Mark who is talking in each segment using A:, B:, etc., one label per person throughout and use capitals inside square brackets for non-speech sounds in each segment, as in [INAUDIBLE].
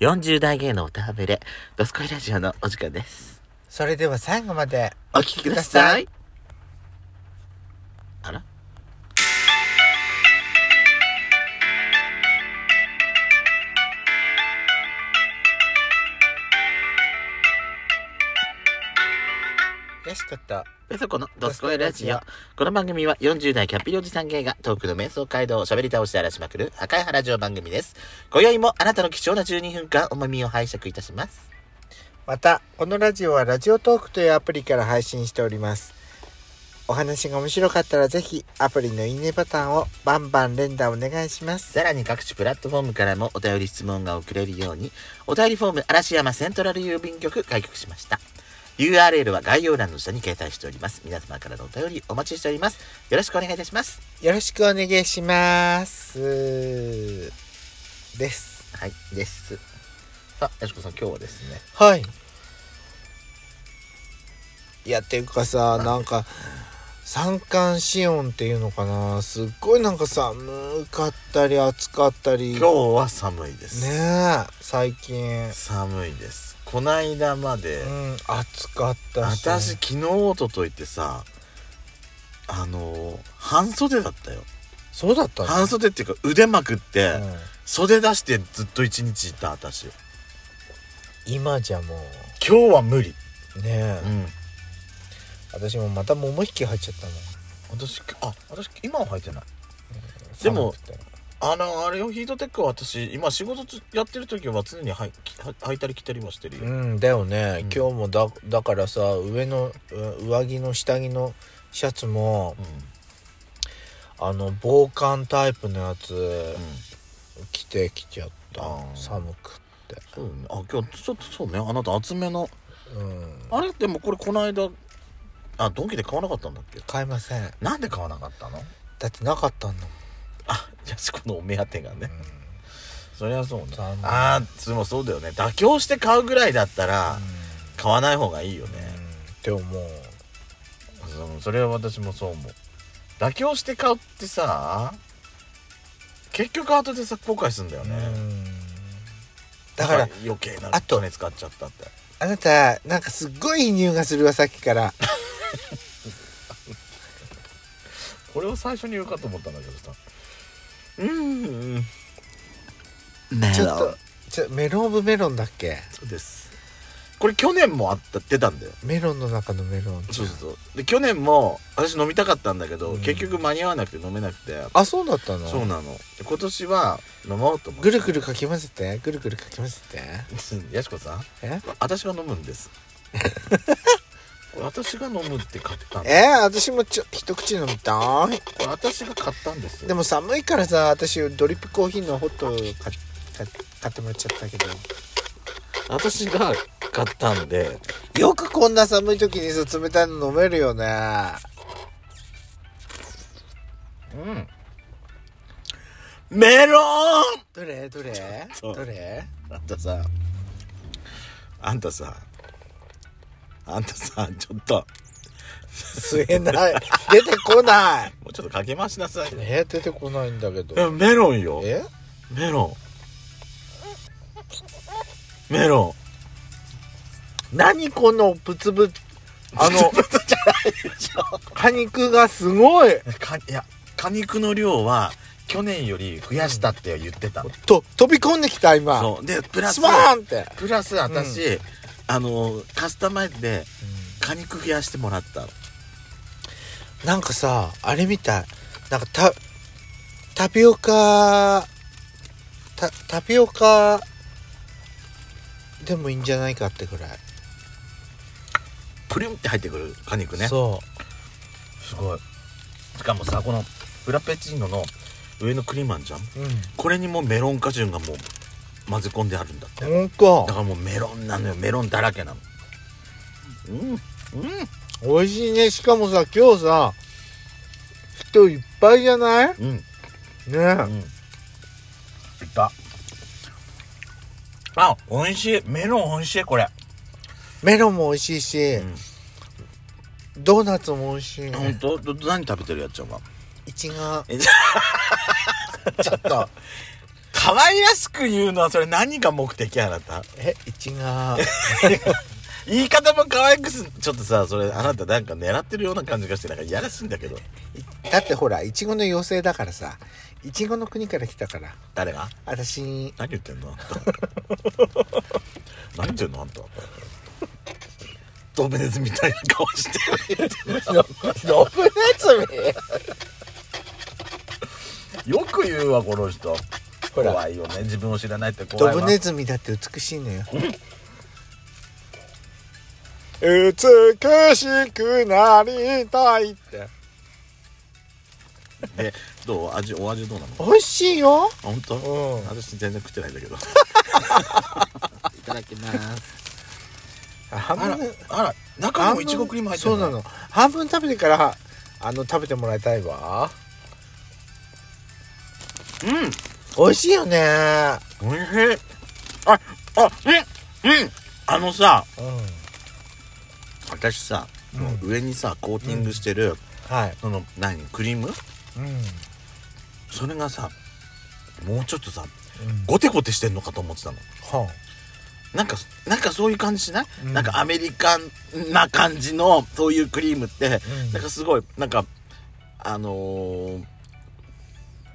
A: 40代芸能歌ぶれ、ドスコイラジオのお時間です。
B: それでは最後まで
A: お聞きください。あら
B: よしこと
A: ペソコのドスコイラジオ。この番組は40代キャッピリおじさん芸がトークの瞑想街道を喋り倒して荒らしまくる破壊派ラジオ番組です。今宵もあなたの貴重な12分間お耳を拝借いたします。
B: またこのラジオはラジオトークというアプリから配信しておりますお話が面白かったらぜひアプリのいいねボタンをバンバン連打お願いします
A: さらに各種プラットフォームからもお便り質問が送れるように、お便りフォーム嵐山セントラル郵便局開局しました。URL は概要欄の下に掲載しております。皆様からのお便りお待ちしております。よろしくお願いいたします。
B: よろしくお願いしますです
A: はい、です。さあ、やしこさん今日はですね、
B: はいいやっていうかさなんか三寒四温っていうのかなすっごいなんか寒かったり暑かったり
A: 今日は寒いです。
B: ねえ最近
A: 寒いです。こないだまで、
B: うん暑かったし
A: 私昨日おとといってさあのー半袖だったよ
B: そうだったの
A: 半袖っていうか腕まくって、
B: うん
A: 袖出してずっと一日いた私
B: 今じゃも
A: 今日は無理
B: うねえ、
A: ん
B: 私もまた桃引き入っちゃったの
A: 私あ私今は履いてないでも
B: 寒くて
A: あのあれよヒートテックは私今仕事つやってる時は常にはいきは履いたり着たりもしてるよ、
B: うんだよね、
A: うん
B: 今日もだだからさ上のう上着の下着のシャツも
A: うん
B: あの防寒タイプのやつ
A: うん
B: 着てきちゃった、
A: あー
B: 寒くって
A: そうねあ今日ちょっとそうねあなた厚めの
B: うん
A: あれでもこれこの間あドンキで買わなかったんだっけ
B: 買いません
A: なんで買わなかったの
B: だってなかったんだもん
A: あじゃあそこのお目当てがね、
B: う
A: そりゃそうね
B: 残念
A: ああでもそうだよね妥協して買うぐらいだったら
B: ん
A: 買わない方がいいよ
B: うん
A: ね、
B: でももう
A: うん、それは私もそう思う妥協して買うってさ結局後でさ後悔するんだよね、
B: うんだから
A: 余計な
B: あと
A: 金使っちゃったって
B: あなたなんかすっごいいい匂いがするわさっきから
A: これを最初に言うかと思ったんだけどさうんうんメ
B: ちょっとちょメロンオブメロンだっけ
A: そうですこれ去年もあった出たんだよ
B: メロンの中のメロン
A: そうそうそうで去年も私飲みたかったんだけど、
B: うん
A: 結局間に合わなくて飲めなくて
B: あそうだったの
A: そうなので今年は飲もうと思って
B: ぐるぐるかき混ぜてぐるぐるかき混ぜて
A: うん [LAUGHS] やしこさん
B: え
A: 私が飲むんですこれ私が飲むって買ったんで
B: えー、私もちょっと一口飲みたい
A: これ私が買ったんですよ
B: でも寒いからさ私ドリップコーヒーのホット買買買ってもらっちゃったけど
A: 私が買ったんで
B: よくこんな寒い時にさ冷たいの飲めるよね
A: うんメロン
B: どれどれ
A: ちょっと
B: どれ
A: あんたさあんたさあんたさちょっと
B: 吸えない出て
A: [LAUGHS]
B: こない
A: もうちょっとかけ回しなさいね
B: えー、出てこないんだけど
A: いやメロンよ
B: え
A: メロンメロン
B: 何このブツブツあ
A: じ
B: の
A: ゃないでしょ
B: 果肉がすごい
A: か [LAUGHS] いや果肉の量は去年より増やしたって言ってたの、
B: と飛び込んできた今
A: そうでプラス
B: スパーンって、
A: プラス私、あのカスタマイズで果肉増やしてもらったの
B: なんかさあれみたいなんかタタピオカタタピオカでもいいんじゃないかってぐらい、
A: プリュンって入ってくる果肉ね
B: そ
A: すごいしかもさこのフラペチーノの上のクリームあんじゃん
B: ううん
A: これにもメロン果汁がもう混ぜ込んであるんだってだ
B: 本当
A: からもうメロンなのよメロンだらけなのうんうん
B: 美味しいねしかもさ今日さ人いっぱいじゃない
A: うん
B: ね
A: うん。いた。あ、美味しい。メロン美味しい、これ。
B: メロンも美味しいし、
A: ん
B: ドーナツも美味しい、
A: 本当ど何食べてるやっちゃんは。
B: いちご
A: ちょっと。可愛らしく言うのはそれ何が目的あなた
B: え一が
A: 言い方も可愛くすちょっとさそれあなたなんか狙ってるような感じがしてなんかいやらしいんだけど
B: だってほらいちごの妖精だからさいちごの国から来たから
A: 誰が
B: [LAUGHS] 私
A: 何言ってんのあん [LAUGHS] た何言ってんのあんたドブネズみたいな顔してる
B: ののぶね
A: [LAUGHS]
B: ず
A: よく言うわこの人
B: ほら
A: 怖いよね自分を知らないって
B: み
A: 怖
B: ド
A: いわ
B: ブネズミだって美しいのよ美しくなりたいって
A: でどう味お味どうなのあ
B: 美味しいよ
A: 本当、
B: うん
A: 私全然食ってないんだけどいただきます
B: 半
A: あら
B: 分
A: あら中に
B: 半
A: も
B: 分
A: いちごクリーム入って
B: そ
A: る
B: うなの半分食べてからあの食べてもらいたいわ
A: う
B: 美味しいよね
A: んおいしいああうんうんあのさ
B: うん
A: 私さ、
B: うん
A: もう上にさコーティングしてる、
B: はい
A: その何クリーム
B: うん
A: それがさもうちょっとさ
B: うん
A: ゴテゴテしてんのかと思ってたの
B: は
A: なんかなんかそういう感じしない、
B: うん
A: なんかアメリカンな感じのそういうクリームって、
B: うん
A: なんかすごいなんかあのー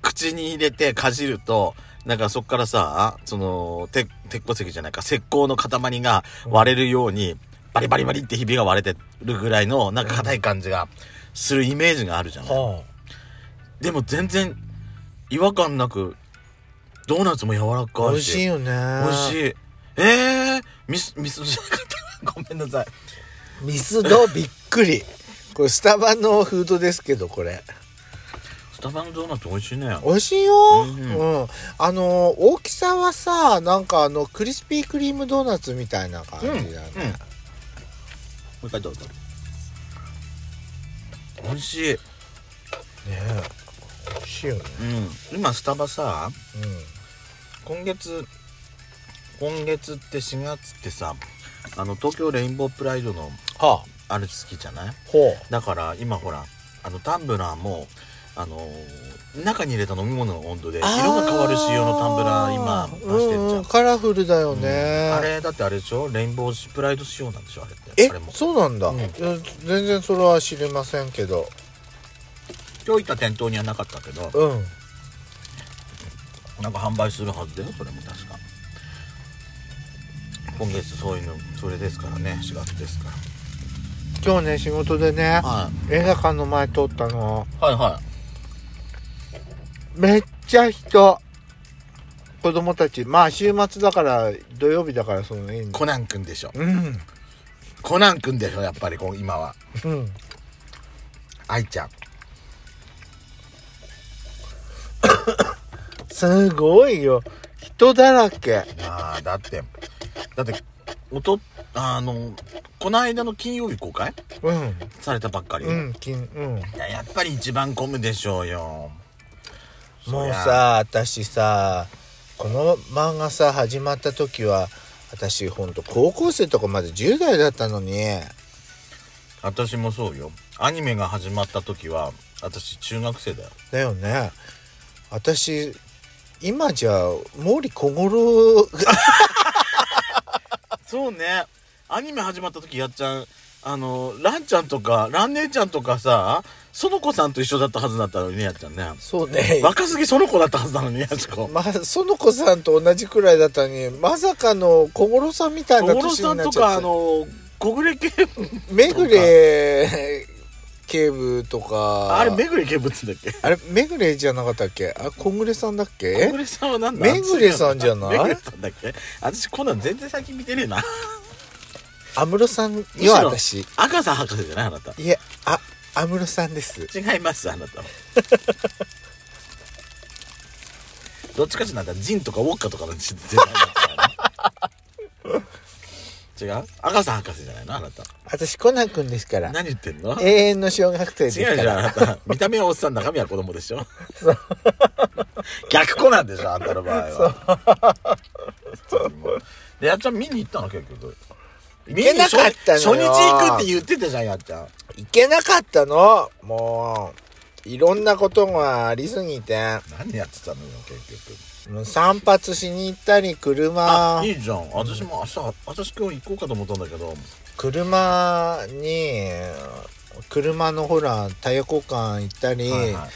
A: 口に入れてかじるとなんかそっからさその鉄鉄鉱石じゃないか石膏の塊が割れるようにバリバリバリってひびが割れてるぐらいのなんか硬い感じがするイメージがあるじゃん、
B: は
A: でも全然違和感なくドーナツも柔らか
B: 美
A: い
B: 味しい
A: し
B: よね
A: 美味しいえー、ミスミスじゃなかった [LAUGHS] ごめんなさい
B: ミスドびっくりこれスタバのフードですけどこれ
A: スタバのドーナツ美味しいね
B: 美味しいよ、
A: う
B: うんん
A: うん
B: あの大きさはさなんかあのクリスピークリームドーナツみたいな感じだね、
A: うんうんもう一回どうぞ美味しい、うん、
B: ね美味しいよね
A: 今スタバさ今月今月って4月ってさあの東京レインボープライドの
B: うんはあ
A: あれ好きじゃない
B: ほ
A: だから今ほらあのタンブラーもあのー中に入れた飲み物の温度で
B: う
A: 色が変わる仕様のタンブラー今出してるじゃん、
B: ううカラフルだよね、
A: あれだってあれでしょレインボープライド仕様なんでしょあれって
B: え
A: あれも
B: そうなんだ、
A: うん
B: いや全然それは知りませんけど
A: 今日行った店頭にはなかったけど
B: うん
A: なんか販売するはずだよそれも確か今月そういうのそれですからね4月ですか
B: 今日ね仕事でね
A: ら、は
B: 映画館の前通ったの
A: い、はいは
B: めっちゃ人子供たちまあ週末だから土曜日だからそのいいん
A: い
B: だ
A: コナンくんでしょ
B: うん
A: コナンくんでしょやっぱりこう今は
B: うん
A: 愛ちゃん
B: すごいよ人だらけ
A: ああだってだっておとあのこの間の金曜日公開
B: うん
A: されたばっかり、
B: うん金うん
A: いややっぱり一番混むでしょうよ
B: も
A: そうりゃ
B: さ私さこの漫画さ始まった時は私ほんと高校生とかまで10代だったのに
A: 私もそうよアニメが始まった時は私中学生だよ
B: だよね私今じゃ毛利小五郎が
A: そうねアニメ始まった時やっちゃんあのランちゃんとかラン姉ちゃんとかさ園子さんと一緒だったはずだったのにねやっちゃんね
B: そう [LAUGHS] ね
A: 若すぎ園子だったはずなのにやっちゃん
B: まあ園子さんと同じくらいだったのにまさかの小五郎さんみたい
A: 小
B: な
A: 五郎
B: 年
A: さ
B: に
A: ん
B: なっ
A: と
B: ちゃ
A: か
B: っ
A: あ
B: て
A: の小暮警部
B: めぐれ警部とか
A: あれめぐれ警部っつうんだっけ
B: あれめぐれじゃなかったっけあ小暮さんだっ
A: め
B: け
A: ぐれさんはなんだ
B: めぐれさんじゃない
A: めぐれさんだっけ私コナン全然最近見てねえな
B: 安室さんよ
A: むしろ
B: 私
A: 赤さん博士じゃないあなた
B: いえあ安室さんです
A: 違いますあな
B: [LAUGHS]
A: たはどっちかっていうとなんかジンとかウォッカとかの全然違う違う赤さん博士じゃないのあなた
B: 私コナン君ですから
A: 何言ってんの
B: 永遠の小学生で
A: 違う
B: す
A: じゃん
B: か
A: あ
B: ら
A: なた見た目はおっさん中身は子供でしょ逆子なんでしょあんたの場合はでやっちゃん見に行ったの結局見に
B: けなかったのよ
A: 初初日行くって言ってたじゃんやっちゃん
B: 行けなかったのもういろんなことがありすぎて
A: 何やってたのよ結局
B: もう散髪しに行ったり車
A: いいじゃん私も明日私今日行こうかと思ったんだけど
B: 車に車のほらタイヤ交換行ったり、
A: はいはい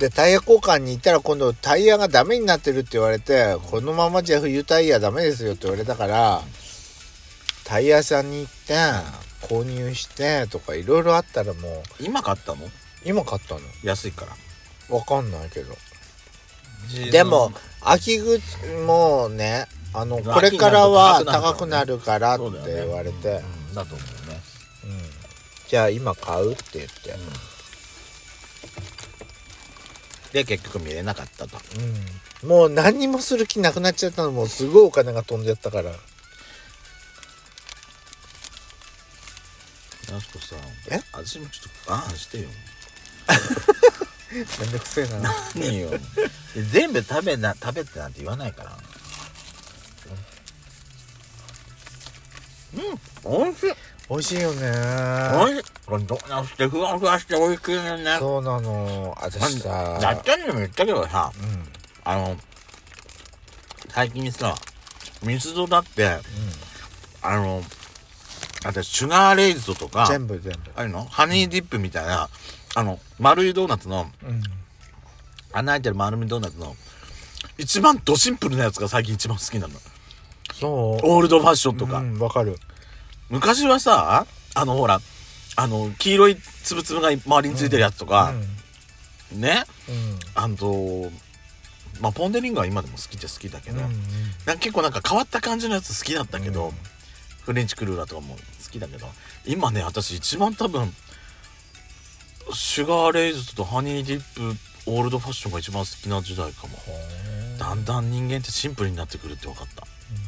B: でタイヤ交換に行ったら今度タイヤがダメになってるって言われてこのままじゃ冬タイヤダメですよって言われたからタイヤ屋さんに行って購入してとかいろいろあったらもう
A: 今買ったの
B: 今買ったの
A: 安いから
B: わかんないけどでも秋口もうねあのこれからは高くなるからって
A: そうだよね
B: 言われて、
A: うんだと思うね
B: うんじゃあ今買うって言って、
A: で結局見れなかったと
B: うん、もう何にもする気なくなっちゃったのもうすごいお金が飛んじゃったから
A: やすこさん
B: え
A: 私もちょっとああしてよ
B: めんどくせえな
A: 何よ [LAUGHS] 全部食べな食べってなんて言わないからうんおいしい
B: 美味しいよね
A: おいしいこれどうなしてふわふわしておいしいよね
B: そうなの私さ
A: だっちゃんにも言ったけどさ
B: うんうん
A: あの最近さ密度だってあの私シュガーレイズドとか
B: 全部全部
A: あれのハニーディップみたいな、あの、丸いドーナツの、
B: うん
A: 穴開いてる丸みドーナツの、一番ドシンプルなやつが最近一番好きなの。
B: そう
A: オールドファッションとか。
B: うんわかる
A: 昔はさ、あの、ほら、あの、黄色いつぶつぶが周りについてるやつとか
B: うん、
A: ね、
B: うん
A: あの、まあ、ポンデリングは今でも好きっちゃ好きだけど、
B: うん
A: なんか結構なんか変わった感じのやつ好きだったけど、
B: うん
A: フレンチクルーラーとかも好きだけど今ね私一番多分シュガーレイズとハニーディップオールドファッションが一番好きな時代かもだんだん人間ってシンプルになってくるって分かった
B: うん